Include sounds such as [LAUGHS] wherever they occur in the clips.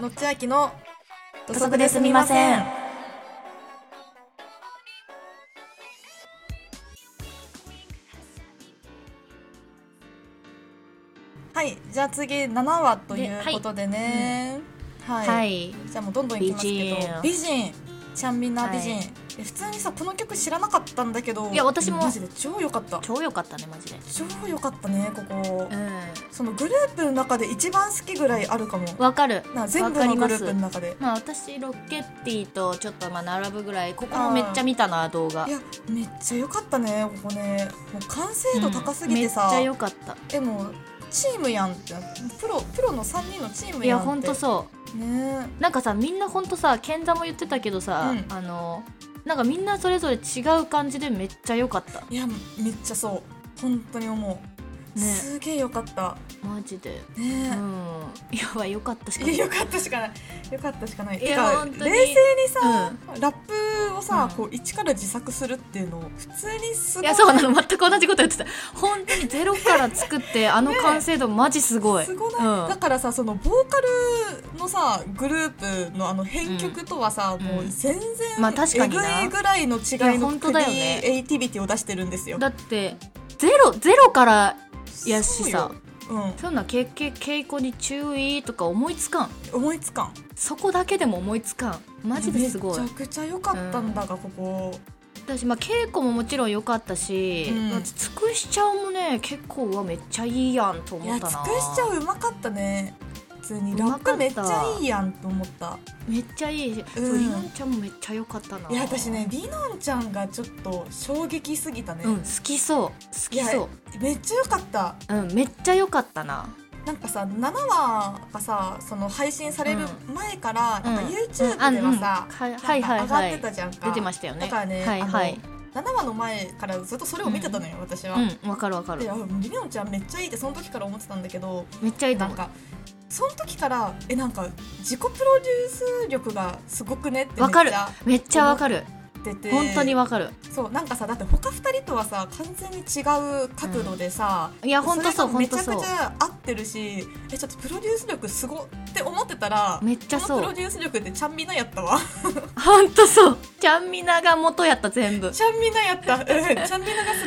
のっちあきの土土足ですみません。はいじゃあ次7話ということでねはい、はい。じゃあもうどんどんいきますけど美美人ちゃんみんな美人、はいえ普通にさこの曲知らなかったんだけどいや私もマジで超良かった超良かったね、マジで。超良かったねここ、うそのグループの中で一番好きぐらいあるかもん。わかる。なわ全部かのりグまループすの。中でまあ私、ロッケッティとちょっとまあ並ぶぐらい、ここもめっちゃ見たな、動画い。やめっちゃ良かったねここねもう完成度高すぎてうんさ、めっちゃ良かった。でもチームやんってプロプロの3人のチームいやや、んってほんとそう。ねなんかさ、みんなほんとさ、賢者も言ってたけどうさ、んあの、なんかみんなそれぞれ違う感じでめっちゃ良かった。いやめっちゃそう本当に思う、ねすげえ良かったマジで。うねん。 [LAUGHS] やばい、良かったしえ、かいないや良かったしかない良かったしかないいやてか本冷当静ににさ、ラップをさ、うんこう一から自作するっていうのを普通にすごいいやそうなの全く同じこと言ってた本当にゼロから作ってあの完成度マジすごいすごない、うんだからさそのボーカルのさグループのあの編曲とはさ、うんもう全然、まあ確かになえぐいぐらいのい違いやの本当だよねクリエイティビティを出してるんですよだってゼロゼロからやしそうさようんそんなけけ稽古に注意とか思いつかん思いつかんそこだけでも思いつかんマジですごいめちゃくちゃ良かったんだが、ここだし、まあ、稽古ももちろん良かったし、うんまあつくしちゃんもね結構うわめっちゃいいやんといや思っつくたなしちゃううまかったね普通にうラまッかプっためっちゃいいやんと思っためっちゃいいし、ううんん、りのんちゃんもめっちゃ良かったないいや私ねりのんちゃんがちょっと衝撃すぎたね、うん好きそう好きそめっちゃ良かったううんめっちゃ良かったななんかさ7話がさその配信される前から、うんなんか YouTube ではさ、うんあうんなんかはいはいはい上がってたじゃんか、出てましたよねだからね、はいはいあの7話の前からずっとそれを見てたのよ、私は。うんわかるわかるでありのんちゃんめっちゃいいってその時から思ってたんだけどめっちゃいいとなん思うかその時からえなんか自己プロデュース力がすごくねってめっわかるちゃめっちゃわかる出て本当にわかるそうなんかさだって他二人とはさ完全に違う角度でさ、うんいやほんとそうれがほんとそうめちゃくちゃ合ってるしえちょっとプロデュース力すごって思ってたらめっちゃこのそプロうデュース力ってちゃんみなやったわほんとそうちゃんみなが元やった全部ちゃんみなや [LAUGHS] った、うん、ちゃんみながす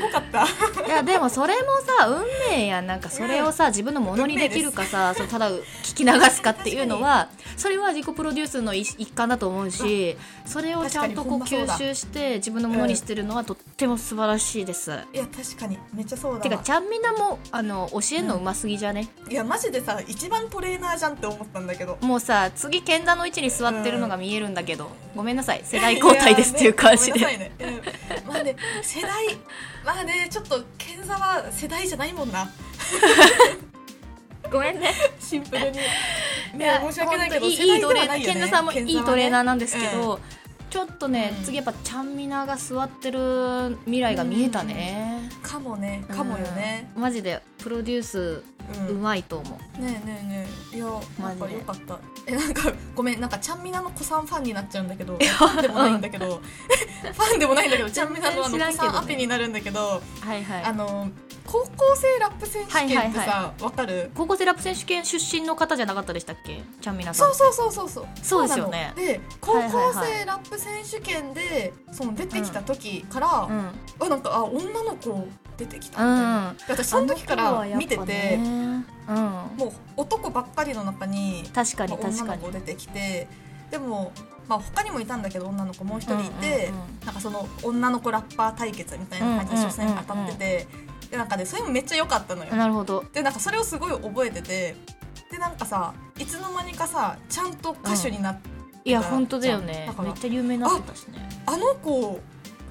ごかったいやでもそれもさ運命やんなんかそれをさ自分のものにできるかさそうただ聞き流すかっていうのはそれは自己プロデュースの一一環だと思うしそれをちゃんとこう確かにほんまそ吸うだ収して自分のものにしてるのはとっても素晴らしいです。いや確かにめっちゃそうだわてかちゃんみなもあの教えんのうますぎじゃね、いやマジでさ一番トレーナーじゃんって思ったんだけどもうさ次賢者の位置に座ってるのが見えるんだけど、ごめんなさい世代交代ですっていう感じで、いやねごめんなさいねうんまあね世代まあねちょっと賢座は世代じゃないもんなごめんねシンプルにねいや申し訳ないけど本当世に代いいでトレはなーナーいよ賢ね者さんもいいトレーナーなんですけ賢座ど、ちょっとね、うん次やっぱちゃんみなが座ってる未来が見えたね、かもねかもよねうんマジでプロデュースううんねまいと思う、えねえねえいやなんマかジよでかったえなんかごめんなんかちゃんみなの子さんファンになっちゃうんだけどファンでもないんだけど [LAUGHS] ファンでもないんだけどちゃんみなのあの子全然知らんけどさねんアピになるんだけどはいはあいの高校生ラップ選手権ってさ、はいはいわかる高校生ラップ選手権出身の方じゃなかったでしたっけちゃんみなさんそうそうそうそうそうそうですよねそうなので高校はいはいは生ラップ選手権でその出てきた時から、うん、うん、あなんかあ女の子出てきたみたいな、で私その時から見てて、あの子はやっぱねうんもう男ばっかりの中に確かにまあ確女かのに子出てきてでも、まあ、他にもいたんだけど女の子もう一人いて、うんうんうんなんかその女の子ラッパー対決みたいな感じで初戦当たってて、でなんかねそれもめっちゃ良かったのよ。なるほどでなんかそれをすごい覚えててでなんかさいつの間にかさちゃんと歌手になって、いや本当だよねだからめっちゃ有名になってたしねあの子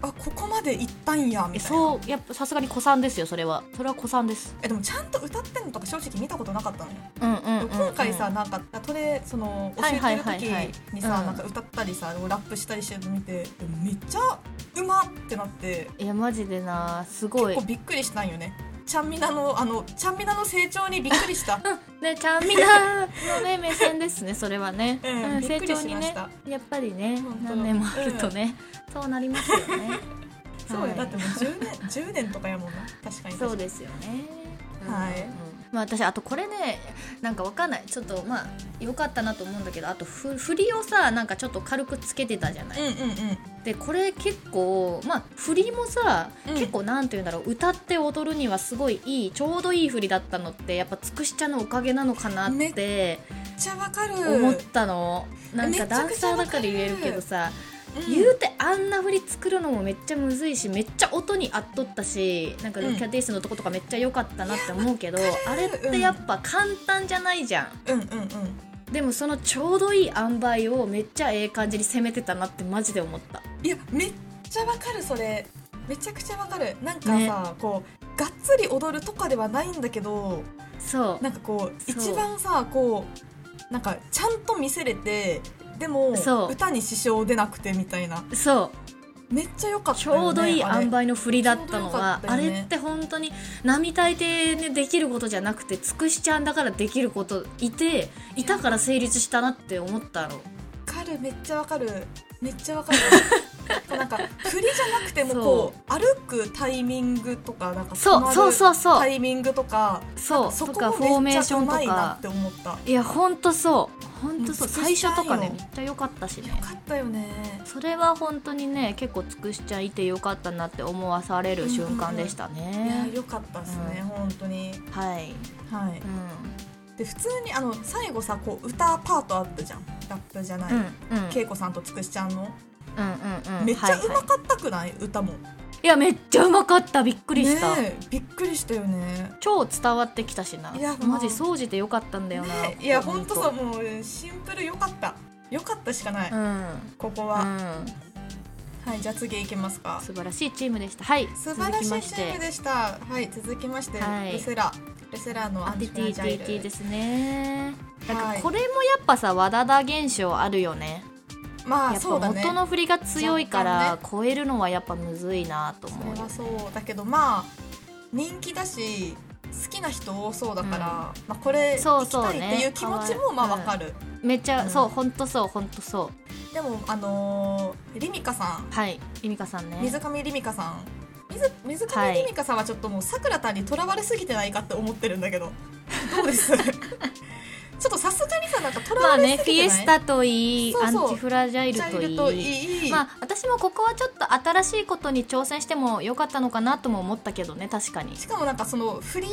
あここまで行ったんやえみたいなそうやっぱさすがに子さんですよそれはそれは子さんですえでもちゃんと歌ってんのとか正直見たことなかったのよ、うんうんでも今回さ、なんかトレその教えはていはいるはいはい時にさ、うんなんか歌ったりさラップしたりしてるの見てでもめっちゃうまってなっていやマジでなすご結い構びっくりしたんよねちゃんみなのあのちゃんみなの成長にびっくり [LAUGHS] したねちゃんみなのね目線ですねそれはね、 [LAUGHS] うんびっ成くり長しにましねたやっぱりね本当何年もあるとね、そうなりますよね [LAUGHS] そうよ、はい [LAUGHS] だってもう10年10年とかやもんな確かに確かにそうですよねはいうんうんまあ、私あとこれねなんかわかんないちょっとまあ良かったなと思うんだけどあとふ振りをさなんかちょっと軽くつけてたじゃない、うんうんでこれ結構まあ振りもさ、うん結構なんて言うんだろう歌って踊るにはすごいいいちょうどいい振りだったのってやっぱつくしちゃんのおかげなのかなめってめっちゃわかる思ったの、なんかめちゃダンくちゃサーわかだるから言えるけどさ、うん言うてあんな振り作るのもめっちゃむずいしめっちゃ音にあっとったしなんかうルんキャディスのとことかめっちゃ良かったなって思うけど、あれってやっぱ簡単じゃないじゃん。うんうんうんでもそのちょうどいい塩梅をめっちゃええ感じに攻めてたなってマジで思った。いやめっちゃわかるそれめちゃくちゃわかるなんかさ、こうがっつり踊るとかではないんだけどそうなんかこうそう一番さこうなんかちゃんと見せれてでもそう歌に支障出なくてみたいなそうめっちゃ良かったちよねょうどいいあ塩れ梅の振りだったちょうどよのはかあったよねれって本当に並大抵ねできることじゃなくてつくしちゃんだからできることいていたから成立したなって思ったの。わかるめっちゃわかるめっちゃわか [LAUGHS] るこうなんか振りじゃなくてもこう歩くタイミングとかなんかそうそううそうそタうイミングとかそうそとこかフォもーめメっーシちョゃうンとまいなかって思ったよいやほんとそうほんとそううんつくし最ちゃん初とかねよめっちゃ良かったしねかったよねそれは本当にね結構つくしちゃんいて良かったなって思わされる瞬間でしたいやね。よかったですね、う本当にはい、はういんで普通にあの最後さこう歌パートあったじゃんラップじゃない、うんうんけいこさんとつくしちゃんの、うんうんうんめっちゃはいうはまいかったくない、歌もいやめっちゃうまかったびっくりしねた、えびっくりしたよね超伝わってきたしないやマジ掃除でよかったんだよな、ねえいや本当さもうシンプルよかったよかったしかない、うん、うん、ここは、はいじゃあ次いきますか素晴らしいチームでしたはい素晴らしいチームででしたはい続きまして、はいレセラレセラのアアンテチィフテラィジャイティルティですねなんかはいこれもやっぱさ和田田現象あるよねまあやっぱそうだね元の振りが強いか若ら超えるのはやっぱむずいなとそ思うれよはそうだけどまあ人気だし好きな人多そうだから、うんまあ、これそ行うきそうたいっていうね気持ちもまあわかる、めっちゃ、うんそうほんとそうほんとそでもあのー、リミカさんうはいりみかさんね水上リミカさん水水は上いリミカさんはちょっともうさくらたんにとらわれすぎてないかって思ってるんだけどどうです [LAUGHS] ちょっとさすがにさなんかとらまわあれねすフぎィてエなスい、タといいそうそうアンチフラジャイルジャとイルいいといい、まあ、私もここはちょっと新しいことに挑戦してもよかったのかなとも思ったけどね確かにしかもなんかその振り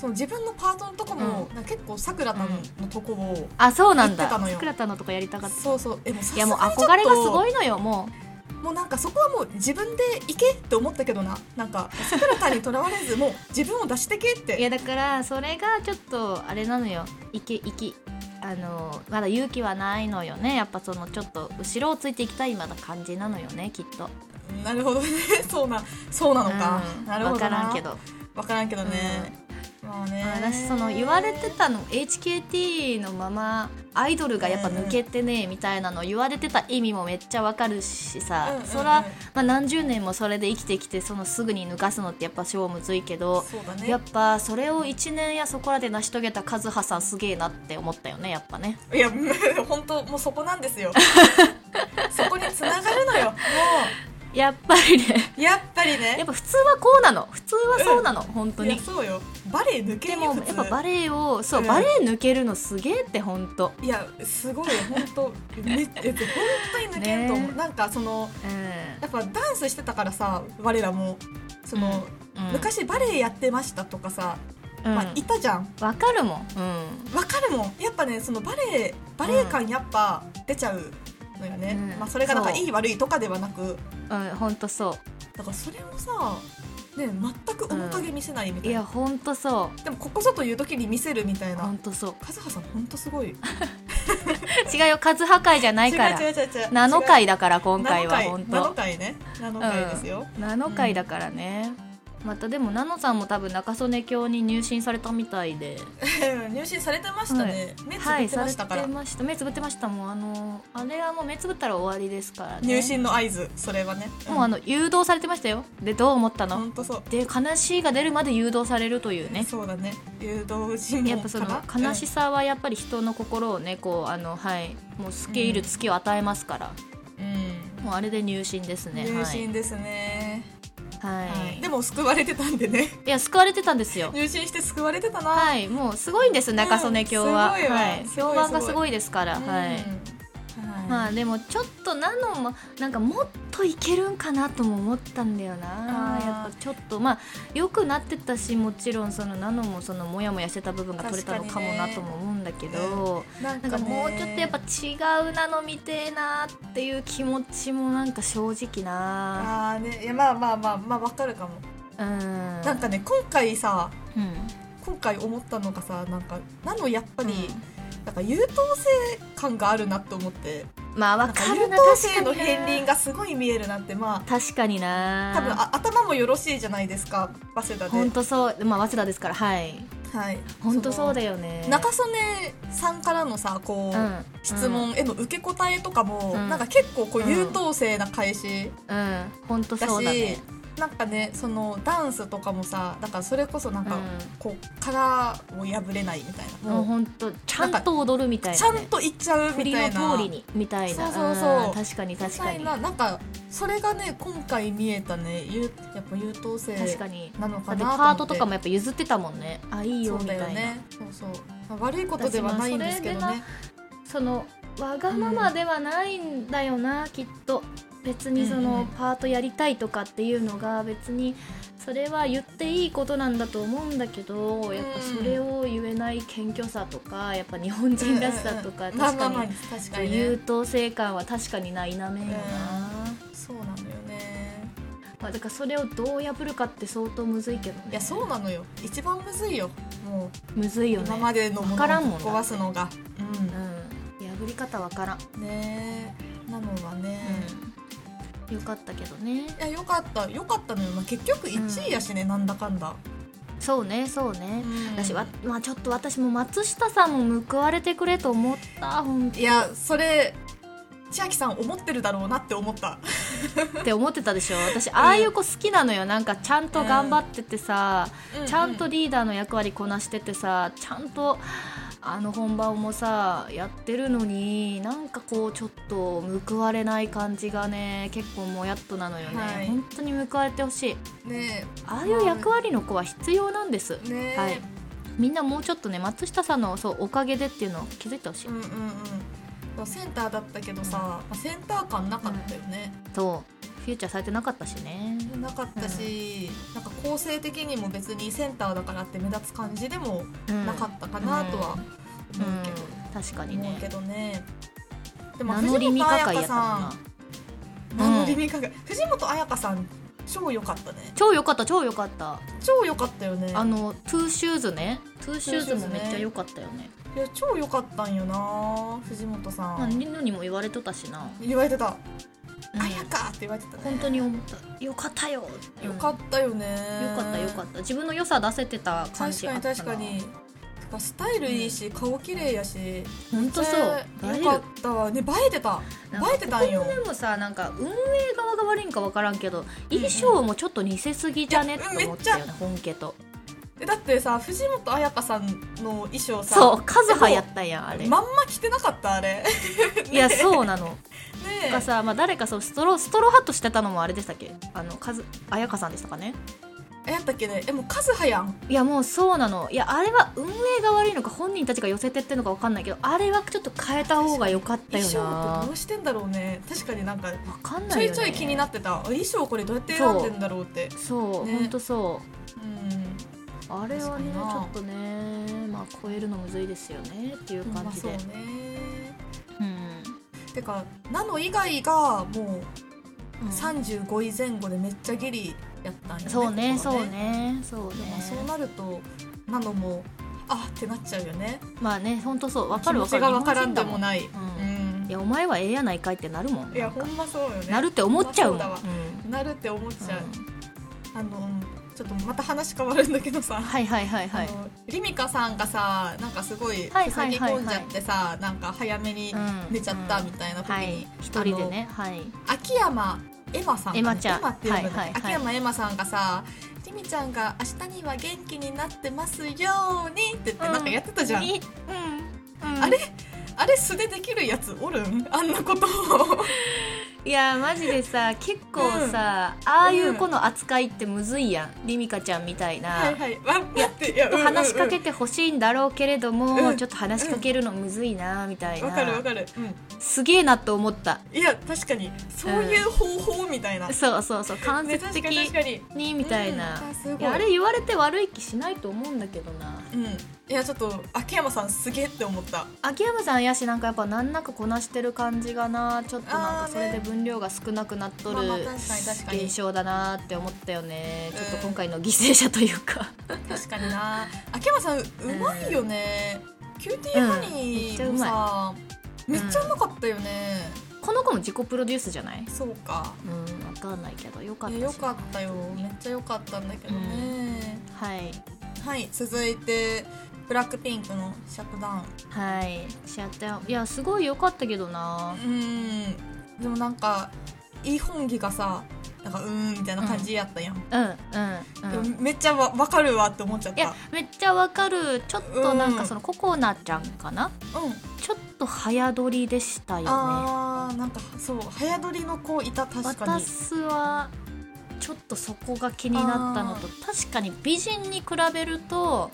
その自分のパートのとこも、なんか結構さくらたんのとこを、あそうな言んっだてたのよ桜田のとかやりたかっそうそうえもうさたすいがやにもうちょっと憧れがすごいのよももうなんかそこはもう自分で行けって思ったけどななんか桜田にとらわれずもう自分を出してけっういやてだからそれがちょっとあれなのよいきいきあのまだ勇気はないのよねやっぱそのちょっと後ろをついていきたい今だ感じなのよねきっとなるほどね [LAUGHS] そうなそうなのか、うんなるほわどかならんけど分からんけどね、まあね私その言われてたの HKT のままアイドルがやっぱ抜けてねみたいなの言われてた意味もめっちゃわかるしさ、うんうんうんそら、まあ、何十年もそれで生きてきてそのすぐに抜かすのってやっぱ超むずいけど、そうだねやっぱそれを1年やそこらで成し遂げた和葉さんすげえなって思ったよねやっぱねいや [LAUGHS] 本当もうそこなんです [LAUGHS] よそこに繋がるのよもやっぱりねうやっぱりね [LAUGHS] やっぱ普通はこうなの普通はそうなの、本当いやにそうよバレエ抜けでるよも普や通っぱバレエをそう、うんバレエ抜けるのすげえって本当いやすごい本当めっちゃ本当に抜けんと思う、ねなんかそのうやっぱダンスしてたからさ我らもその、ん、うん、昔バレエやってましたとかさ、うんまあ、いたじゃんわかるもん、うんわかるもんやっぱねそのバレエバレエ感やっぱ出ちゃうのよね、うんまあ、それがなんかそういい悪いとかではなくうん、ほんとそだからそれをさね全く面影見せないみうたいいな、やほんとそでもここぞという時に見せるみたいうなほ和んとそう葉さんほんとすごい違う違うよ数破壊じゃない違うから違う違うナノ回だから今7回は回ほん7と回ね7回ですよ、ナノ回だからね、またでもナノさんも多分中曽根教に入信されたみたいで入信されてましたね、目つぶはいってさまれしたから、てました目つぶってましたもうあのあれはもう目つぶったら終わりですからね入信の合図それはねもうあの誘導されてましたよでどう思ったの、本当そうで悲しいが出るまで誘導されるというねそうだね誘導尋や問っぱそかのら悲しさはやっぱり人の心をねこうあのはいもう透け入る月を与えますから、うん、もうあれで入信ですね入はい信ですね、はい、でも救われてたんでねいや救われてたんですよ入信して救われてたな、はいもうすごいんです中曽根今日うんは、すごいわはいすごい評判がすごいすごいですから、うんはいまはあでもちょっとなのもなんかもっといけるんかなとも思ったんだよなあーやっぱちょっとまあ良くなってたしもちろんそのナノもそのモヤモヤしてた部分が取れたのかもなとも思うんだけど、いなんなんかねもうちょっとやっぱ違うなの見てえなっていう気持ちもなんか正直なあーねいやまあまあまあまあわかるかも、うんなんかね今回さうん今回思ったのがさなんかなのやっぱり、うなんか優等生感があるなと思ってんまあわなんかか優る等な確か生にのな片鱗がすごい見えるなってまあ確かにな多分あ頭もよろしいじゃないですか早稲田本で、当そうまあ早稲田ですからはいはい、本当そうだよねその中曽根さんからのさこう、うん質問への受け答えとかも、うんなんか結構こうんう優等生な返しうん本当だし、そうだねなんかねそのダンスとかもさだからそれこそなんか、こう殻を破れないみたいうんなもうも本当ちゃんと踊るみたういちゃなんねといっちゃう振みりたのいな通りにみたいなそうそうそうん確かに確みかたいにななんかそれがね今回見えたねゆやっぱ優等生確かになのだかってなパートとかももやっぱ譲ってたもんねあいいよそうみただよいなねそうそうまあ悪いことではないんですけど私ねそのわがままではないんだよな、きっと別にそうんうのんパートやりたいとかっていうのが別にそれは言っていいことなんだと思うんだけどやっぱそれを言えない謙虚さとかやっぱ日本人らしさとかうんうんうん確まあまかあにまあ確かに優ね等生感は確かにないなめよな、そうなのよねまあ、だからそれをどう破るかって相当むずいけどねいやそうなのよ一番むずいよもむずいうよね今までのものをわからんもんだ壊すのがうん破り方わからん、うんねえなのはねうん、よかったけどねいやよかったよかったのよまあ結局1位やしねなんだかんだそうねそうね、うん私は、まあ、ちょっと私も松下さんも報われてくれと思ったほんいやそれ千秋さん思ってるだろうなって思ったって思ってた [LAUGHS] でしょ私ああいう子好きなのよなんかちゃんと頑張っててさ、ちゃんとリーダーの役割こなしててさちゃんとあの本番もさやってるのになんかこうちょっと報われない感じがね結構もやっとなのよね、はい本当に報われてほしいねああいう役割の子は必要なんです、えねえ、はいみんなもうちょっとね松下さんのそうおかげでっていうのを気づいてほしい、うんうんうんセンターだったけどさ、まあセンター感なかったよね、そうフューチャーされてなかったしねなかったし、なんか構成的にも別にセンターだからって目立つ感じでもなかったかなとは思ううんうんけど、確かに思うけねどねでも名藤乗り本見か会彩や香ったさもんなん名乗り見かけ藤本彩香さん超良かったね超良かった超良かった超良かったよねあのトゥーシューズねトゥーシューズもトゥーシューズめねっちゃ良かったよねいや超良かったんよな藤本さまあんニノにも言われとったしな、言われてた「うんあやか!」って言われてたね本当に思った良かったよよかったよねた良かった良かった自分の良さ出せてた感確じかあにったな確かにてかスタイルいいし顔綺麗やし本当そう映えよるかったわね映えてたなんか映えてたんよここもでもさなんか運営側が悪いんか分からんけど衣装もちょっと似せすぎじゃねっいてや思ったよね本家とえだってさ藤本彩香さんの衣装さそうカズハやったやんあれまんま着てなかったあ [LAUGHS] れねいやそうなのえがさ、まあ、誰かそうストローストローハットしてたのもあれでしたっけあのカズ彩香さんでしたかねえやったっけねえもうカズハやんいやもうそうなのいやあれは運営が悪いのか本人たちが寄せてってんのか分かんないけどあれはちょっと変えた方が良かった衣装っよてなどうしてんだろうね確かになんか分かんちなょいよ、いね、ちょい気になってたあ衣装これどうやって選んでんだろうってそう、ねほんとそううんあれは確かねちになょっとねまあ超えるのむずいですよねっていうま感あじそうで、ねうんてかナノ以外がもううん35位前後でめっちゃギリやったんよねそうねここそはうねそうねまあそうなるとナノもあってなっちゃうよねまあねほんとそう分か気る持分ちかるがわからんで日も本人だない、んうんんいやお前はええやないかいってなるもんいやほんまそうよねなるって思っちゃうもん、ほんまそううんなるって思っちゃう、うんあのちょっとまた話変わるんだけどさはいはいはいはいあのリミカさんがさなんかすごいはいは塞いぎはいはい込んじゃってさなんか早めに寝ちゃったみたいな時に、はい一人でねはい秋山エマさんかなエマちゃんエマって呼ぶのねはいはいはい秋山エマさんがさ「りみちゃんが明日には元気になってますように」って言ってなんかやってたじゃん、うん、うんうんあれあれ素でできるやつおるんあんなことをいやマジでさ結構さ、ああいう子の扱いってむずいやんりみかちゃんみたいな、はいはいわ待っていやちょっと話しかけてほしいんだろうけれども、うんちょっと話しかけるのむずいなみたいわな、かるわかる、すげえなと思ったうん、いや確かにそういう方法みたいな、そうそうそう間ね接確的かに確かににみたいな、うんあすごいいやあれ言われて悪い気しないと思うんだけどなうんいやちょっと秋山さんすげえって思った秋山さんやしなんかやっぱ難なくこなしてる感じがなちょっとなあんかーねそれで分量が少なくなっとるまあまあ確かに確かに現象だなって思ったよね、うんちょっと今回の犠牲者という [LAUGHS] か確かにな [LAUGHS] 秋山さんうまいよね、キューティーハニーもさ、うんめめっっちちゃゃううままかったよね、この子も自己プロデュースじゃないそうかうんわかんないけどよかっいたやしよかったよめっちゃよかったんだけどね、はいはい続いてブラックピンクのシャットダウンはいシャッターいやすごい良かったけどなうんでもなんかイ・ホンギがさなんかうーんみたいな感じやったやん、うんうんうんでもめっちゃわ分かるわって思っちゃっいやためっちゃわかるちょっとなんうかんそのココナちゃんかなうん、ちょっと早撮りでしたよねあーなんかそう早撮りの子いた確かに私はちょっとそこが気になったのと確かに美人に比べると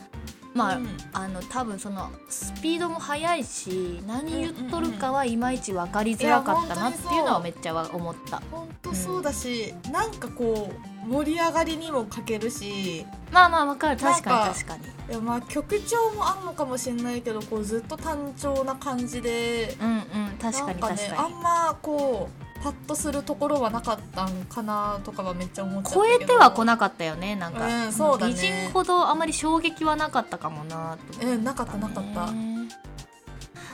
まあ、うんあの多分そのスピードも速いし何言っとるかはいまいち分かりづらかったなっていうのはめっちゃは思ったほんとそうだし、なんかこう盛り上がりにも欠けるしいまあまあ分かる確なんかにか確かにやまあ曲調もあんのかもしれないけどこうずっと単調な感じでうんうん確かになんか確ねかあにんまこうパッとするところはなかったんかなとかはめっちゃ思っちゃったけ超どえてはこなかったよねなんか、うんそうだね美人ほどあまり衝撃はなかったかもなと思うんなかったなかった、ね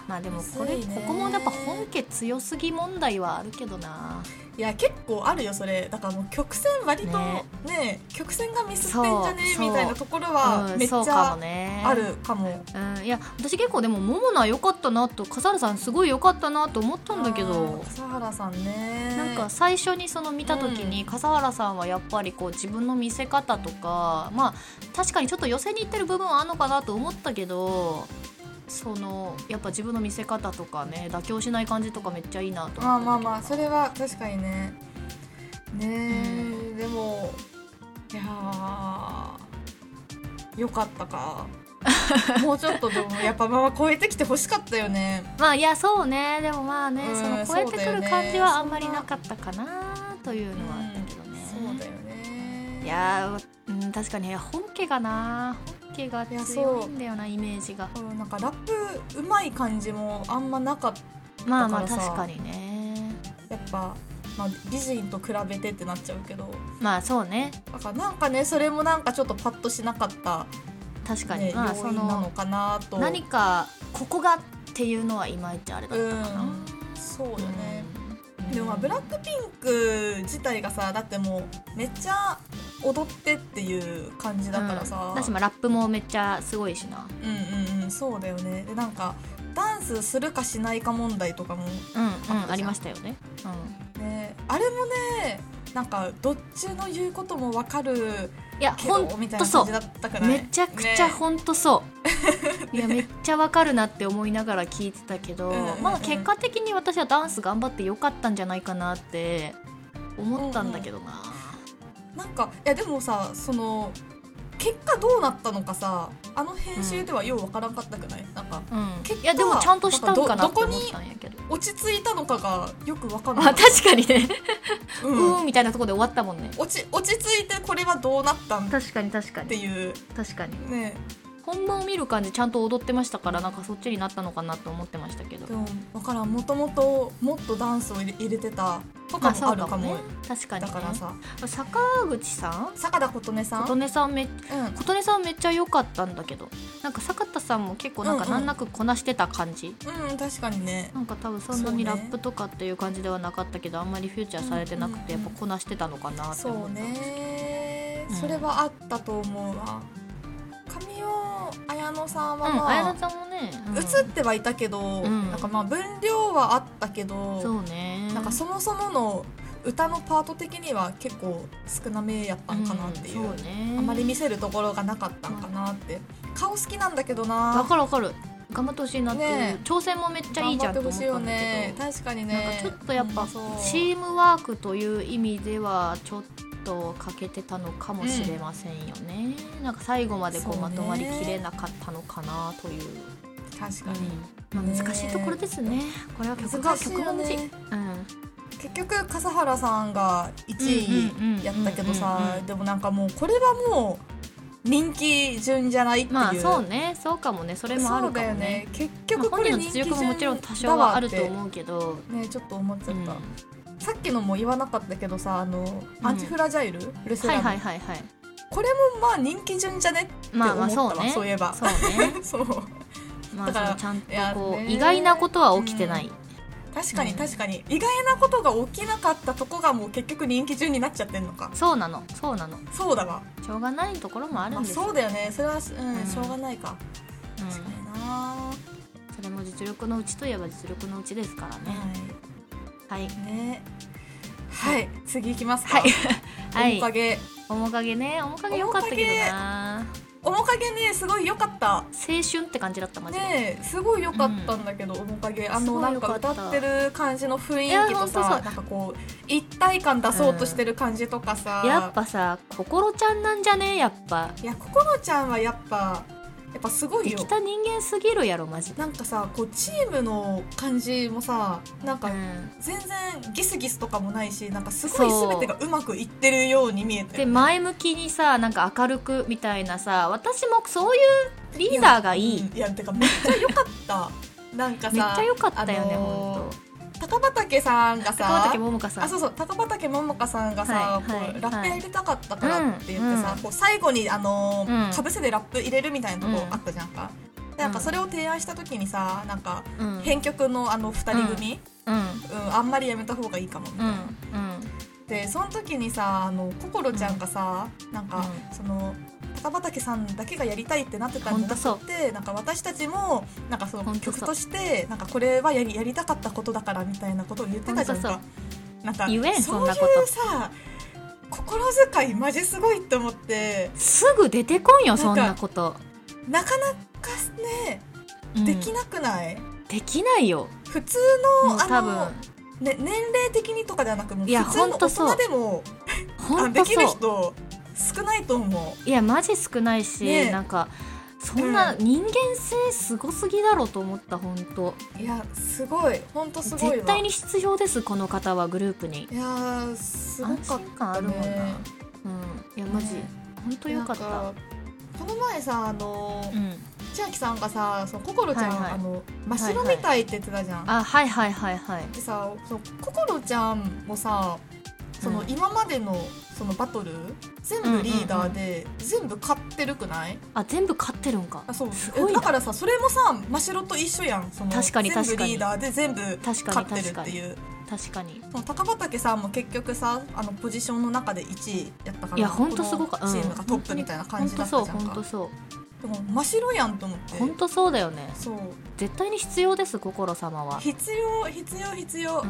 まあでもこれむずいねここもやっぱ本家強すぎ問題はあるけどないや結構あるよそれだからもう曲線割とねね曲線がミスってんじゃねそうみたいなところうはんめっちそうかゃもねあるかも,、うん、いや私結構でも桃菜良かったなと笠原さんすごい良かったなと思ったんだけど笠原さんねなんか最初にその見た時に笠原さんはやっぱりこう自分の見せ方とかまあ確かにちょっと寄せに行ってる部分はあるのかなと思ったけどそのやっぱ自分の見せ方とかね妥協しない感じとかめっちゃいいなと思ったんだけどまあまあまあそれは確かにねねえ、でもいやーよかった [LAUGHS] かもうちょっとでもやっぱまあ超えてきてほしかったよねまあいやそうねでもまあね、うんその超えてくる感じはあんまりなかったかなというのはあったけどね、そうだよねいやー、うん、確かにいや本家がな本家が強いんだよなイメージがうんなんかラップうまい感じもあんまなかったまあまあだからさ確かにねやっぱ、まあ、美人と比べてってなっちゃうけどまあそうねだからなんかねそれもなんかちょっとパッとしなかった、確かに、ね、まあ要そ因なののかなと何かここがっていうのはいまいちあれだったかな、うんそうよね、うんでもまあブラックピンク自体がさだってもうめっちゃ踊ってっていう感じだからうさん、だしまあラップもめっちゃすごいしなうんうんうんそうだよねでなんかダンスするかしないか問題とかもうんじゃうんんありましたよねうんねあれもねなんかどっちの言うことも分かるいやけどほんみたいとなそ感じだうったから、ね、めちゃくちゃねほんとそう、いやめっちゃわかるなって思いながら聞いてたけど、うんうんうんまあ結果的に私はダンス頑張ってよかったんじゃないかなって思ったんだけどな、なんかいやでもさその結果どうなったのかさあの編集ではようわからんかったくない、なんかうん結果いやでもちゃんとしたんかななんっかてど思ったんやけど落ち着いたのかがよくわかん [LAUGHS] まなあい、確かにね、ううんーんみたいなところで終わったもんね落ち落ち着いてこれはどうなったんっ確かに確かていう確かにね本番を見る感じちゃんと踊ってましたからなんかそっちになったのかなと思ってましたけどでもわからんもともともっとダンスを入れ入れてたとまかあもそあうるかかもも,、ね確かにだねからさ坂口さん坂田琴音さん、琴うん、音さんめっ琴音さんめっちゃ良かったんだけどなんか坂田さんも結構なんかうんうん難なくこなしてた感じ、うん確かにねなんか多分そんなにそうラねップとかっていう感じではなかったけど、あんまりフューチャーされてなくてうやんっうんうんぱこなしてたのかなってそ思うった、ね、うんそれはあったと思うわ神尾綾乃さんうはんまあ、綾菜ちゃんもね、うん映ってはいたけど、うんなんかまあ分量はあったけど、そうねなんかそもそもの歌のパート的には結構少なめやったんかなっていう,、んそうねあまり見せるところがなかったんかなって、顔好きなんだけどなわかるわかる頑張ってほしいなっていう、ね挑戦もめっちゃい頑いじ張ゃっんてとほ思ったしんいだよけど、ね確かになんかねちょっとやっぱ、そうチームワークという意味ではちょっと欠けてたのかもしれませんよね、なんか最後までこうそうねまとまりきれなかったのかなという確かに、まあ、難しいところですねこれは曲が難しい曲よもむずい、ねうん、結局笠原さんが1位やったけどうんうんうんうんさうんでもなんかもうこれはもう人気順じゃないっていうまあそうねそうかもねそれもあそるうかだもよねね結まあ、局こ本れ人の人気実順力ももちろん多だ少わはっあてると思うけど、ねちょっと思っちゃうっん、た、はさっきのも言わなかったけどさあのアンチフラジャイル、ルセいラはいム、はいはいこれもまあ人気順じゃねって思っまあたまわ、あそうねそういえばそうね [LAUGHS] そうまだからあそのちゃんとこいやうね意外なことは起きてない、確かにうん確かに、意外なことが起きなかったとこがもう結局人気順になっちゃってんのかそうなのそうなのそうだわしょうがないところもあるまんあ、ですよ、そうだよねそれは、うんうんしょうがないかうん確かにな、それも実力のうちといえば実力のうちですからね、はいはいねはい次いきますかはいはい面影面影ね面影良かったけどな面影ねすごい良かった青春って感じだったマジで、ねえすごい良かったんだけど、面影あすのごないん良かかった歌ってる感じの雰囲いや気ほとんとそさうなんかこう一体感出そうとしてる感じとかさ、やっぱさ心ちゃんなんじゃねやっぱいや心ちゃんはやっぱやっぱすごでいよきた人間すぎるやろマジで、なんかさこうチームの感じもさなんうかん、全然ギスギスとかもないしなんかすごいそう全てがうまくいってるように見えでて前向きにさなんか明るくみたいなさ私もそういうリーダーがいいうんいやてかめっちゃ良かったなんかさめっちゃ良かったよね、あのーほんと高畠さんがさ高畑桃香さんあそうそう高畠桃香さんがさ、はいはいこうラップやりたかったからって言ってさ、うんこう最後にあのーうんかぶせでラップ入れるみたいなとこうんあったじゃんか。でなんかうんそれを提案した時にさなんかうんうん編曲のあの2人組、うんうんあんまりやめた方がいいかもみたいな、うんでその時にさあの心ちゃんがさ、なんか、その高畑さんだけがやりたいってなってたんじゃなほんくてなんか私たちもなんかそほのんとそう曲としてなんかこれはやりやりたかったことだからみたいなことを言ってたじゃんほんか。なんか言えんそそうんいうなことさ心遣いマジすごいって思ってすぐ出てこんよそんなことなかなかねうんできなくない、できないよ普通ものうあ多分の、ね、年齢的にとかではなくもういや普通のほん大とそう人でもほあんでときるそう人少ないと思ういやマジ少ないし、ねえなんかそんな人間性すごすぎだろうと思った本当いやすごい本当すごいわ絶対に必要ですこの方はグループにいやーすご安かっ心感あたるもんな、ねうんいやマジ、ね本当よかなったんこの前さあの、うん千秋さんがさその心ちゃん、はいはいあの真っ白みたいって言ってたじゃん、あはいはいはいはいでさその心ちゃんもさそのうん今までのそのバトル全部リーダーで全部勝ってるくないあ全部勝ってるんかあそうすごいえなだからさそれもさ真白と一緒やんその確かに全確部かにリーダーで全部確か勝にってるっ確かてにいう確かにその高畑さんも結局さあのポジションの中で1位やったからいやほんとすごかこのチームがトップみたいな感本じだ当ったそうじゃん本か当そでも真白やんと思っうて本当そうだよねそう絶対に必要です心様は、必要必要必要よう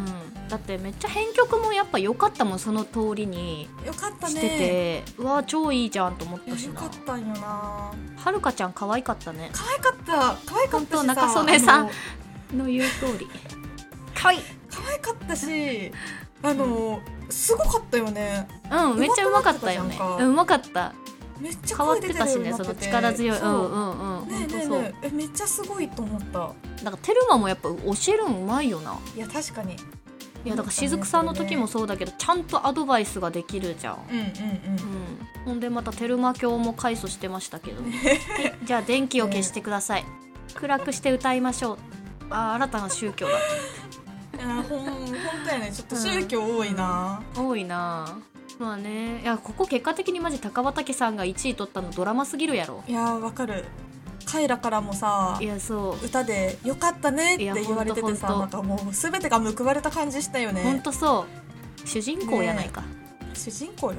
ん、だってめっちゃ編曲もやっぱ良かったもんその通りにかったしてて、ねうわ超いいじゃんと思っいやたしよなかったんよなはるかちゃん可愛かったね可愛かった可愛かったしさほんと中曽根さんあのの言う通り可愛い可愛かったしあの、すごかったよねうんめっちゃうまかったよね上手くなってたじゃんかうんうまかっためっちゃ変わっ声出ててるよたしうにねなそてのて力強いうんそううんうんね本え当ねえそうねええめっちゃすごいと思ったなんかテルマもやっぱ教えるんうまいよないや確かにいやだからしずくさんの時もそうだけどちゃんとアドバイスができるじゃんうんうんうんうん、ほんでまたテルマ教も開祖してまし [LAUGHS] たけど、はい、じゃあ電気を消してください、暗くして歌いましょうあー新たな宗教だいやほん本当やねちょっと宗教多いな、多いなあまあねいやここ結果的にマジ高畑さんが1位取ったのドラマすぎるやろいやわかるカイラからもさいやそう歌で「よかったね」って言われててさいなやほんんかもう全てが報われた感じしたよほんねとそう主人公やないか、主人公よ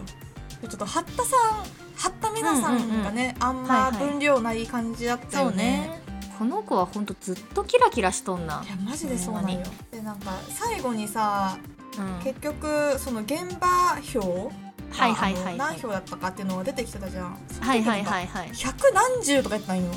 ちょっと八田さん八田美奈さんがね、あんはまいはい分量ない感じだったよね、、この子はほんとずっとキラキラしとんないやマジでそうなんよでなんか最後にさうん、はい結局その現場票がはいはいはあのい何票だったかっていうのが出てきてたじゃんはいはいはいはい100何十とかやったんよ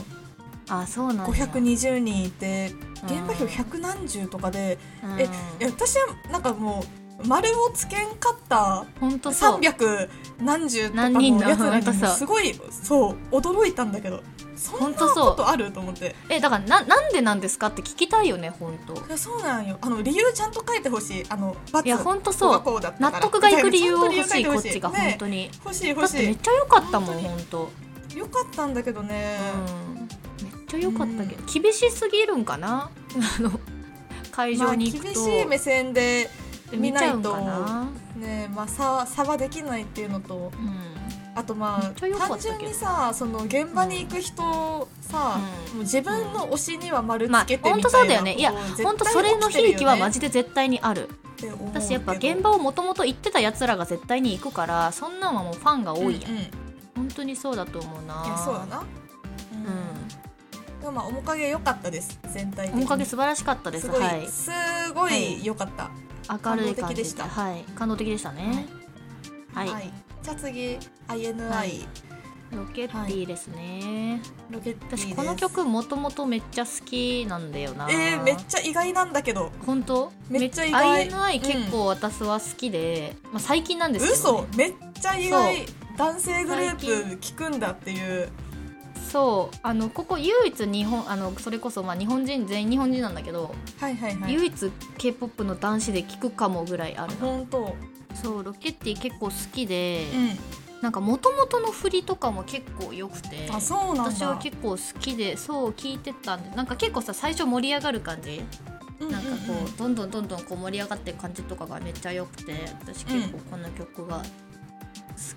あそうなんだ520人いてうん原価表百何十とかで、うんえいや私はなんかもう丸をつけんかったほんとそう300何十とか何の人の [LAUGHS] やつらにほんとそもうすごいそう驚いたんだけどそほんんなとそうことあると思ってえだからななんでなんですかって聞きたいよね本当いやそうなんよあの理由ちゃんと書いてほしいあのバツいや本当そうこがこうだったか納ら得がいく理由を欲しいちゃんことっ理由書ちてほがしい本ね当に欲しいだ欲っしてめっいちゃ良かったもん本当良かったんだけどね、うんめっちゃ良かったけど厳しすぎるんかなあの会ま場あ、に厳行くとしい目線で見ちゃうんか見ななねまあ差差はできないっていうのとうんあとまめっあちゃ良かった単けど純にさその現場に行く人さ、うんもう自分の推しには丸まつあけてみたいな、本当そうだよねいや本当それの悲劇はマジジで絶対にある私やっぱ現場をもともと行ってたやつらが絶対に行くからそんなんはもうファンが多いやん、うんうんい本当にそうだと思うなやそうだな、ううんんでもまあ面影良かったです全体的に面影素晴らしかったですすごい、はいすごい良かった、明るい感感動的じでしたはい感動的でしたねはい、はいじゃあ次 INI、はいロケッティですね、ロケッティです私この曲もともとめっちゃ好きなんだよなえー、めっちゃ意外なんだけど本当めっちゃ意外め INI 結構私は好きで、まあ、最近なんですけど、嘘ね、めっちゃ意外男性グルー最プ聞くんだっていうそうあのここ唯一日本あのそれこそまあ日本人全員日本人なんだけど、はいはいはい唯一 k p o p の男子で聴くかもぐらいあるな本当そうロケッティ結構好きで、うなんかもともとの振りとかも結構良くてんあそうなんだ私は結構好きでそう聞いてたんでなんか結構さ最初盛り上がる感じうんなんかこうんうんうどんどんどんどんこう盛り上がってる感じとかがめっちゃ良くて私結構この曲が好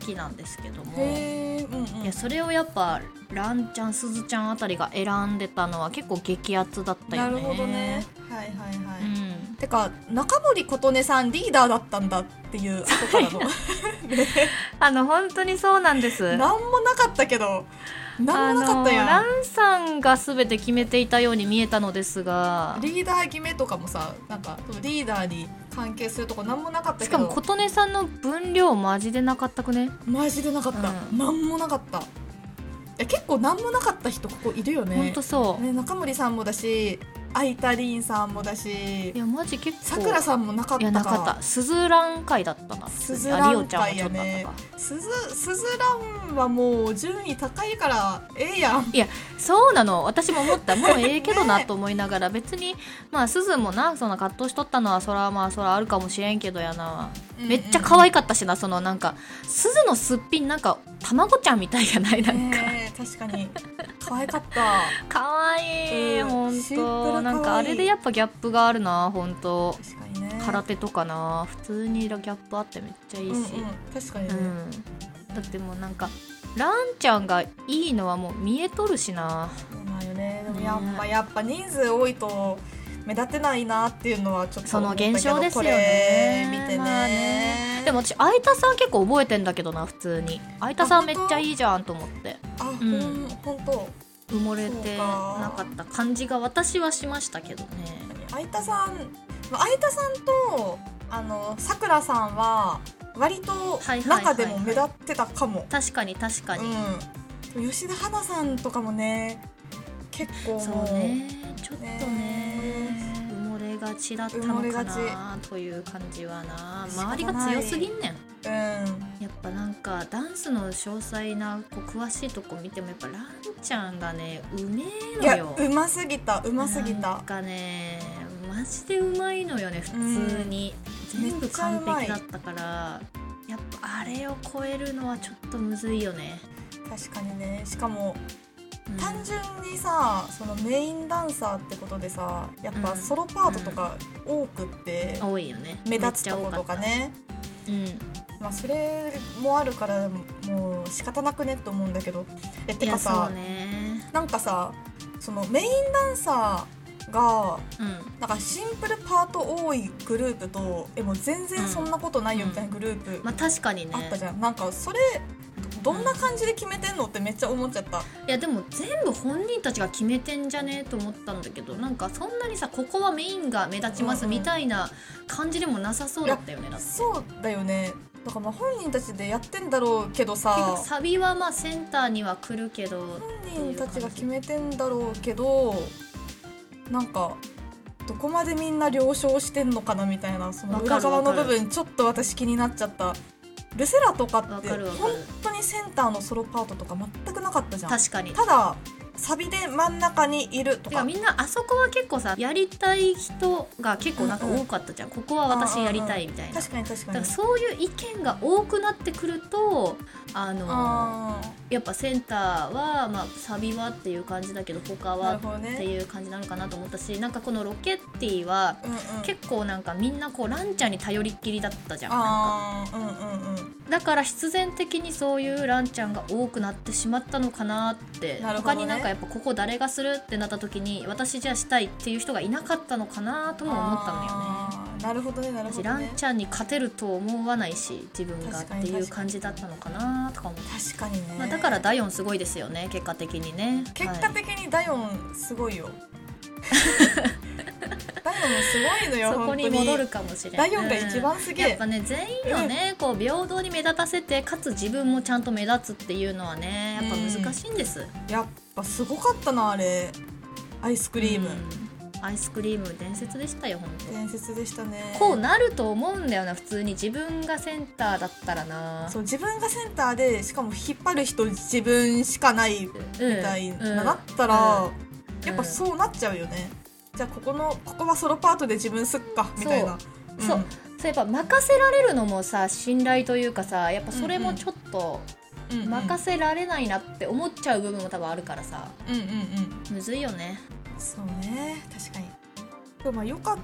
きなんですけども、へえうんうんいやそれをやっぱランちゃんすずちゃんあたりが選んでたのは結構激アツだったよなね。るほどねはいはいはい、うんてか中森琴音さんリーダーだったんだっていう後からの [LAUGHS] あの本当にそうなんです。なんもなかったけどなんもなかったやん、あのランさんが全て決めていたように見えたのですがリーダー決めとかもさなんかそのリーダーに関係するとこなんもなかったけどしかも琴音さんの分量マジでなかったくね、マジでなかった、うんなんもなかったいや結構なんもなかった人ここいるよねほんとそう、ね中森さんもだし相田凛さんもだしいやマジ結構さくらさんもなかっいやたなかかったスズラン会だったなスズラン会あリオちゃんもちょっとあったやねかすずすずらんはもう順位高いからええやんそうなの私も思 [LAUGHS] ったもうええけどなねと思いながら別にまあすずもなその葛藤しとったのはそらまあそらあるかもしれんけどやなめっちゃ可愛かったしなそのなんかすずのすっぴんなんか卵ちゃんみたいじゃない [LAUGHS] なうんんか、ねえ確かに可愛かった可愛いうん本シンプル可当愛いなんかあれでやっぱギャップがあるな本当確かにね空手とかな普通にギャップあってめっちゃいいうし、んうん確かにうね、んだってもうなんかランちゃんがいいのはもう見えとるしなそうなんよねでもねやっぱ、やっぱ人数多いと目立てないなっていうのはちょっとその思ったけど現象ですよねこれ見てね,、まあねでも私相田さん結構覚えてんだけどな普通に相田さんめっちゃいいじゃんと思ってあ、ほうんん、ほんと埋もれてなかった感じが私はしましたけどね相田さんまあ相田さんとあのさくらさんは割とはいはいはいは中いでも目立ってたかも、確かに確かに、うん吉田花さんとかもね結構そうもうねちょっとねね埋もれがちだった埋のもれかがちなという感じはな仕方ない周りが強すぎんねんうんやっぱなんかダンスの詳細なこう詳しいとこ見てもやっぱランちゃんがねうめえいのやようますぎたうますぎなんたかねマジでうまいのよね普通に、うん全め部っちゃう完まい璧だったからやっぱあれを超えるのはちょっとむずいよね、確かにねしかもうん単純にさそのメインダンサーってことでさやっぱソロパートとか多くって、多いよね目立つとことかめっちねゃ多かったまあそれもあるからもう仕方なくねって思うんだけどえうんいてやかそさ、うねなんかさそのメインダンサーがうんなんかシンプルパート多いグループとえもう全然そんなことないよみたいなグループまあ確かにねあったじゃん、なんかそれどどんな感じで決めてんのってめっちゃ思っちゃったいやでも全部本人たちが決めてんじゃねえと思ったんだけどなんかそんなにさここはメインが目立ちますみたいな感じでもなさそうだったよねだってそうだよねだからまあ本人たちでやってんだろうけど結さ構サビはまあセンターには来るけど本人たちが決めてんだろうけどなんかどこまでみんな了承してんのかなみたいなそのわか裏る側の部わか分ちょっと私気になっちゃったルセラとかわってかるわか本る当にセンターのソロパートとか全くなかったじゃん確かにただサビで真ん中にいるとてかかみんなあそこは結構さやりたい人が結構なんか多かったじゃん、ここは私やりたいみたいな、確かに確だかかにらそういう意見が多くなってくるとあのあやっぱセンターは、まあ、サビはっていう感じだけど他あなはるっほどてねいう感じなのかなと思ったしなんかこのロケッティはうんうん結構なんかみんなこうランちゃんに頼りっきりだったじゃんなんかああうんうんうんだから必然的にそういうランちゃんが多くなってしまったのかなってなるほ他どねになんかやっぱここ誰がするってなった時に私じゃあしたいっていう人がいなかったのかなとも思ったのよね。あーなるほどねなるほ私どランねちゃんに勝てると思わないし自分がっ確かてにいう確か感にじだったのかなとか思って、確かにね、まあ、だからダヨンすごいですよね結果的にね結はい果的にダヨンすごいよ、ダヨンすごいのよそこに本当戻るかもしれなダいヨンが一番すげやっえぱね全員をねこう平等に目立たせてかつ自分もちゃんと目立つっていうのはねやっぱ難しいんです、やっぱすごかったなあれアイスクリーム、うんアイスクリーム伝説でしたよ本伝説でしたね当こうなると思うんだよな普通に自分がセンターだったらなそう自分がセンターでしかも引っ張る人自分しかないみうんたいうんな、だったら、うやっぱそうなっちゃうよね、じゃあここのここはソロパートで自分すっかみたいなうそうそうやっぱ任せられるのもさ信頼というかさやっぱそれもちょっとうん、うん、任せられないなって思っちゃう部分も多分あるからさうんうんうんむずいよねそうね確かにでもまあ良かっ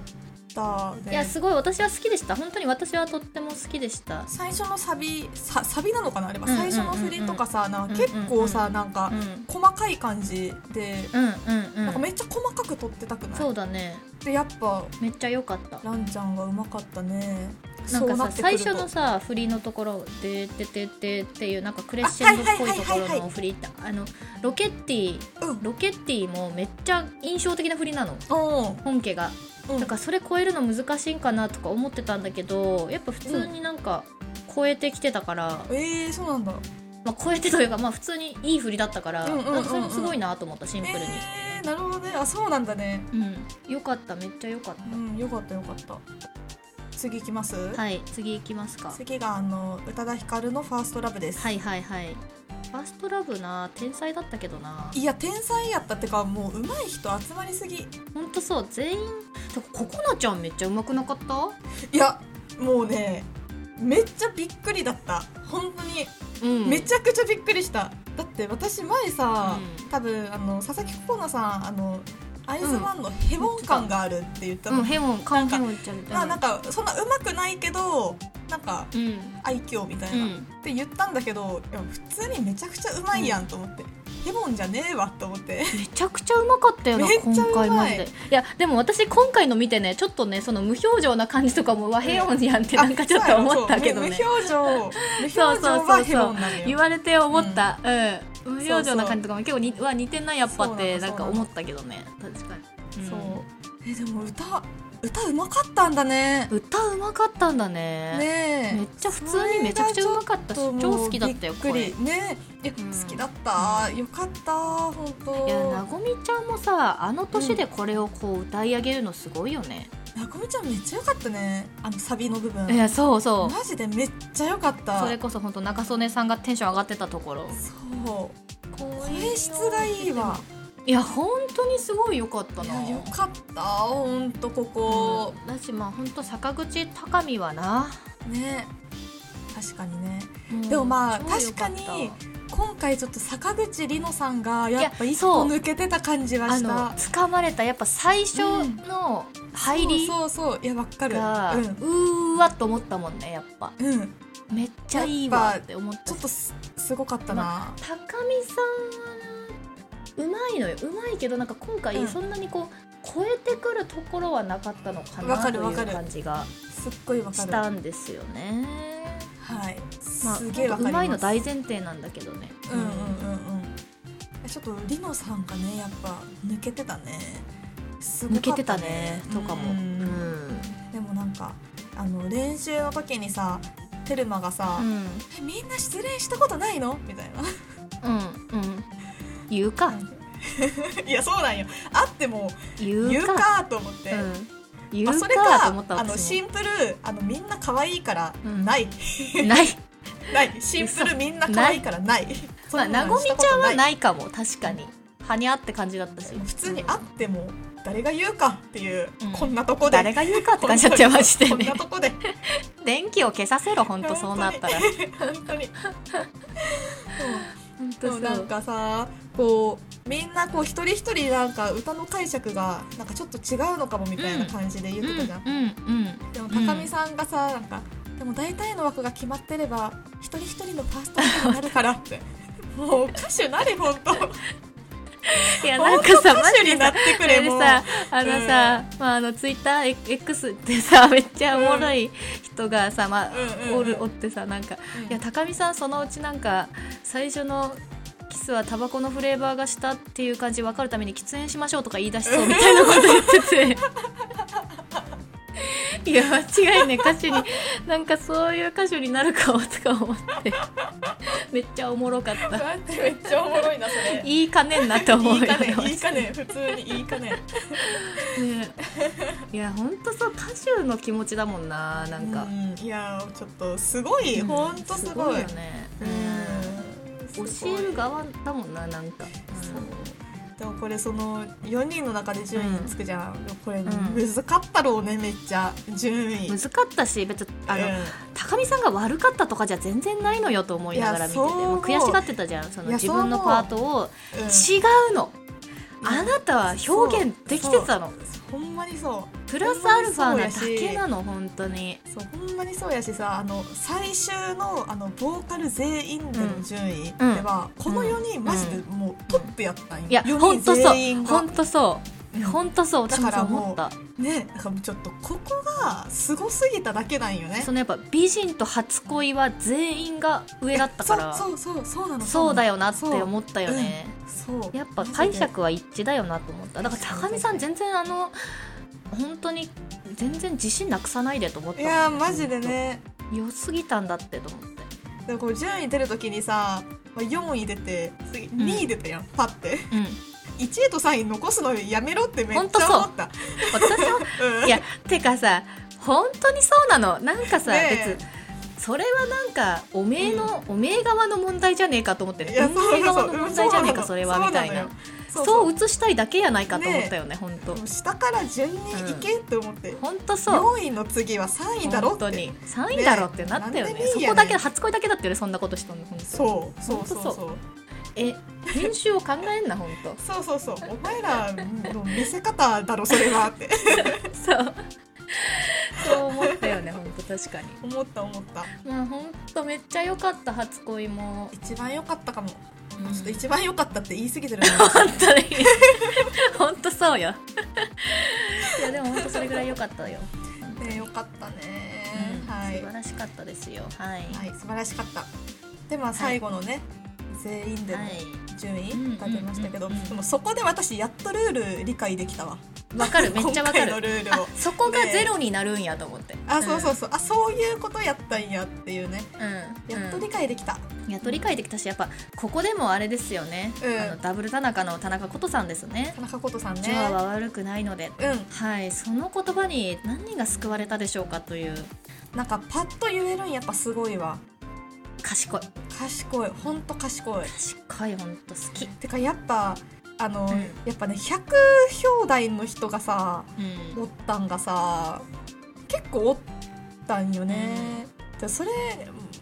たねいやすごい私は好きでした本当に私はとっても好きでした最初のサビさサビなのかなあればうんうんうん最うん初の振りとかさなんか結構うんうんさうんなんかうん細かい感じでうんうんなんかうんめっちゃ細かく撮ってたくなそいうだねでやっぱめっちゃ良かったランちゃんがうまかったねなんそうかなさってく最ると初のさ振りのところ「でててて」っていうなんかクレッシェンドっぽいとこあはいはいはいはろいはの振りってあのロケッティうんロケッティもめっちゃ印象的な振りなのおー本家がうんだからそれ超えるの難しいんかなとか思ってたんだけどやっぱ普通になんか超えてきてたから、えー、そうなんだまあ、超えてというかまあ普通にいい振りだったからうんうんうんうんなんかそれもすごいなと思ったシンプルに。えー、なるほどねあそうなんだねうん、よかっためっちゃよかっうんよかったよかった次行きます、たはい次行きますか次があの宇多田ヒカルの「ファーストラブです、はいはいはいファーストラブな天才だったけどないや天才やったってかもう上手い人集まりすぎほんとそう全員てかここなちゃんめっちゃうまくなかったいやもうねめっちゃびっくりだった本当に、うんめちゃくちゃびっくりしただって私前さ、うん多分あの佐々木ココナさんあのアイズワンのヘボン感があるって言ったうの、んヘモンカンなヘんかモンちゃんみまたあいななんかそんな上手くないけどなんかうん愛嬌みたいうな、っんて言ったんだけどいや普通にめちゃくちゃ上手いやんと思って、ヘボンじゃねえわと思ってめちゃくちゃうまかったよなめっちゃうまい今回マジでいやでも私今回の見てねちょっとねその無表情な感じとかも和平音やんって [LAUGHS] なんかちょっと思ったけどねあそうやろそう無無表情無表情はヘボンなのよ言われて思った、うん、無そう表情な感じとかも結構にうわ似てんなやっぱってそうななのんか思ったけどね確かに、んそうえでも歌歌うまかったんだね歌うまかったんだねねえめっちゃ普通にめちゃくちゃうまかったしそれがちょ超ともう好きだったよびっこくれいりねえいや、うん好きだったよかった本当やなごみちゃんもさあの年でこれをこう歌い上げるのすごいよね、なこみちゃんめっちゃよかったねあのサビの部分いやそうそマうジでめっちゃよかったそれこそ本当中曽根さんがテンション上がってたところそう声声質がいいわいや本当にすごい良かったいなやよかった本当ここ、うんだしまあ本当坂口高見はな、ね確かにねうんでもまあ超良った確かに今回ちょっと坂口里乃さんがやっぱいや一そ歩う抜けてた感じはあしのた掴まれたやっぱ最初の入りそうそうそういやわかるがうんうーわっと思ったもんねやっぱうん、めっちゃいいわって思ったちょっとすすごかったな、高見さんはなうまいのようまいけどなんか今う回んそんなにこう、超えてくるところはなかったのかわなかとるいわかうる感じがすっごいわかしるたんですよね。はい、まあ、すげえわかうりますまいの大前提なんだけどね。うんうんうんうんちょっとりのさんがねやっぱ抜けてたねすご抜かけってたねとかも。ううんんでもなんかあの練習の時にさテルマがさ、うんえみんな失恋したことないのみたいなうんうん言うか [LAUGHS] いやそうなんよあっても言うか言うかと思って、うん、言うまあ、かそれとか思ったあのシ私もンプルあのみんな可愛いからうんない、ないないシンプルみんな可愛いからないそんまあ、ななのごみちゃんはしないかも確かにはにゃって感じだったしたことない普通にあっても誰が言うかっていう、うんこんなとこで誰が言うかって感じになっちゃいましてこんなねとこで電気を消させろほんとそうなっ [LAUGHS] たら本当にほんでともそうなんかさこうみんなこう一人一人なんか歌の解釈がなんかちょっと違うのかもみたいな感じで言うっんてたじゃん、 [LAUGHS] うんでも高見さんがさ、なんかでも大体の枠が決まってれば一人一人のパースト歌になるからってもう歌手なり本当うんいやな本ん当かさマ歌手ジにでなさってくあれれでもうさあのさ、まあ、あのツイッター X ってさめっちゃおもろい人がさ、まうあんうんうんおるおってさなんかうんいや高見さんそのうちなんか最初のキスはタバコのフレーバーがしたっていう感じ分かるために喫煙しましょうとか言い出しそうみたいなこと言ってて [LAUGHS] いや間違いね歌手になんかそういう歌手になるかもとか思ってめっちゃおもろかった待ってめっちゃおもろいなそれいいかねんなと思いういよかねいいかね普通にいいかねねいやほんとそう歌手の気持ちだもんななんか、うんいやーちょっとすごい、うんほんとすごいよね、ううんん、すごい教える側だもんななんか、そうでもこれその4人の中で順位つくじゃん、これん難かったろうねめっちゃ順位うん難かったし別にあの、う高見さんが悪かったとかじゃ全然ないのよと思いながら見てていやそうもう悔しがってたじゃんそのいや自分のそうパートを、んうん違うのあなたは表現できてたのほんまにそプラスアルファなだそうやしけなの本当にうそうほんまにそうやしさあの最終のあのボーカル全員での順位では、この4人マジでもうトップやったんよ、いや4本人当そ全員うが本当そう本当そう私もそう思っだたねなんかちょっとここがすごすぎただけなんよねそのやっぱ美人と初恋は全員が上だったからそうそうそうそうなのそうだよよなって思ったよね、そうやっぱ解釈は一致だよなと思っただから高見さん全然あの本当に全然自信なくさないでと思ったいやーマジでね良すぎたんだってと思ってでもこう順位出るときにさまあ4位出て次ん2位出たやん、パッてうん1位と3位残すのやめろってめっほんちとそゃう思った私はうんいやてかさ本当にそうなのなんかさ、ねえ別それはなんかおめえの、おめえ側の問題じゃねえかと思っていねや運営側のそうそうそう問題じゃねえかうんそれはうみのたいなよそうそう映したいだけやないかと思ったよね本当もう下から順に行けって思って、本当そ4う位の次は3位だろ本って当に3位だろってなったよねえなんでねもいいやねそこだけ初恋だけだってよねそんなことしたの本当そうそうそうほんとそうえ編集を考えんな本 [LAUGHS] 当そうそうそうお前らの見せ方だろそれはって [LAUGHS] そうそう思ったよね本当確かに思った思ったまあ本当めっちゃ良かった初恋も一番良かったかも、うんちょっと一番良かったって言い過ぎてるな本当に本当そうよ [LAUGHS] いやでも本当それぐらい良かったよ、 [LAUGHS] ね良かったね、うんはい素晴らしかったですよはい、はい、素晴らしかった。で、まあ、最後のね、全員でのはい順位が出ましたけど、うんうんうんうんでもそこで私やっとルール理解できたわ。わかるめっちゃわ今か回のるルールあ [LAUGHS] を。そこがゼロになるんやと思ってあ、そうそううそう、あ、そういうことやったんやっていうね、ん、うんやっと理解できた。やっと理解できたしやっぱここでもあれですよね、うんあのダブル田中の田中琴さんですね田中琴さんジョアね。は悪くないのでう、はいその言葉に何が救われたでしょうかというんなんかパッと言えるんやっぱすごいわ。賢い賢い、本当賢い。賢いほんと好きてか、やっぱ、あの、うんやっぱね、100表題の人がさ、うんおったんがさ結構おったんよね、でそれ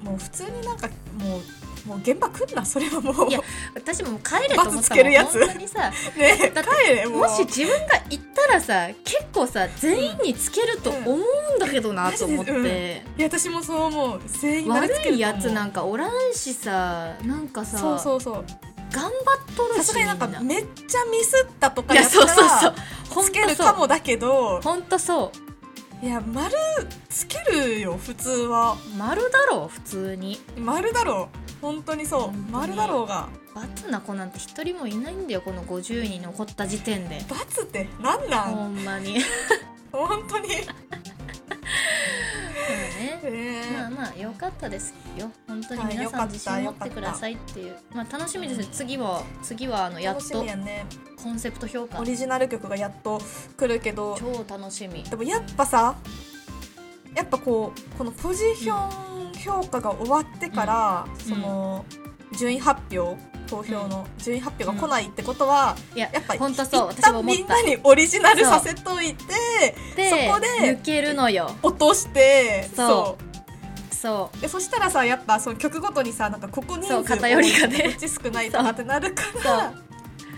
もう普通になんかもうもう現場来んなそれはもういやね私ももう帰れと思っ罰つたけもるんやつ本当にさえだって帰れもうもし自分が行ったらさ結構さ全員につけると思うんだけどなと思って、うんいや私もそう思う全員慣れつけ悪るいやつんなんかおらんしさなんかさそうそうそう頑張っとるさしすがになんかみんなめっちゃミスったとかいややっそうそうそたらうほつんけとるそかうもだけどほんとそいや丸つけるよ普通はう丸だろう普通に丸だろう本当にそう本当に丸だろうが罰な子なんて一人もいないんだよこの50人残った時点で罰って [LAUGHS] なんなん [LAUGHS] ほんまに本当にそうねえまあまあ良かったですよ本当に皆さはい良かっんた自信持ってくださいっていうまあ楽しみですね次は次はあのやっ楽しとみやねコンセプト評価オリジナル曲がやっと来るけど超楽しみでもやっぱさやっぱこうこのポジション評価が終わってから、その順位発表投票の順位発表が来ないってことは、いややっぱり本当一そう私も旦思っみんたなにオリジナルさせといてでそこで抜けるのよ落としてそそうそうでそしたらさやっぱその曲ごとにさなんかここにそう偏りがねこっち少ないとかってなるから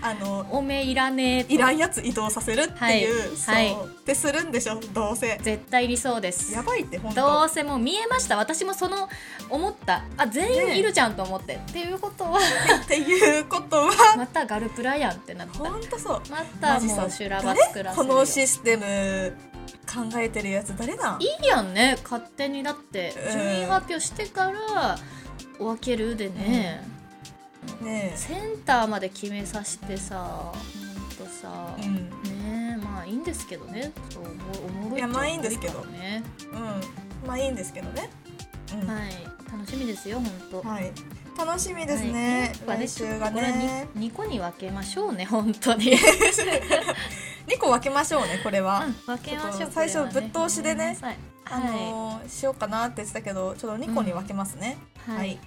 あのおめえいらねえといらんやつ移動させるっていう、はいそう、はいってするんでしょどうせ絶対理想ですやばいって本ど当うせもう見えました私もその思ったあ全員いるじゃんと思って、っていうことはっていうことはまたガルプラやんってなった本当そうまたマジもさう修羅場作らせこるよのシステム考えてるやつ誰なんいいやんね勝手にだってうん順位発表してから分けるでね、ねセンターまで決めさせてさほんとさ、えうんねえまあいいんですけどねそうおもおもろいいやっちゃまあいいんですけどおもろいからねうんまあいいんですけどねうんはい楽しみですよほんとはい、楽しみですね、はい、来週がこれはね2個に分けましょうね本当 [LAUGHS] に2個分けましょうねこれは、うん分けましちょょっうと最初ぶっ通しでねごあめんなさいはい、のーしようかなって言ってたけどちょっと2個に分けますね、ははいい、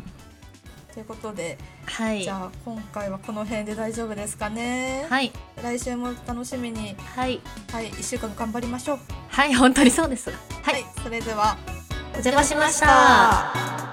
ということで、はいじゃあ今回はこの辺で大丈夫ですかね、はい来週も楽しみに、はいはい、1週間頑張りましょうはい本当にそうですはい、はい、それではお邪魔しました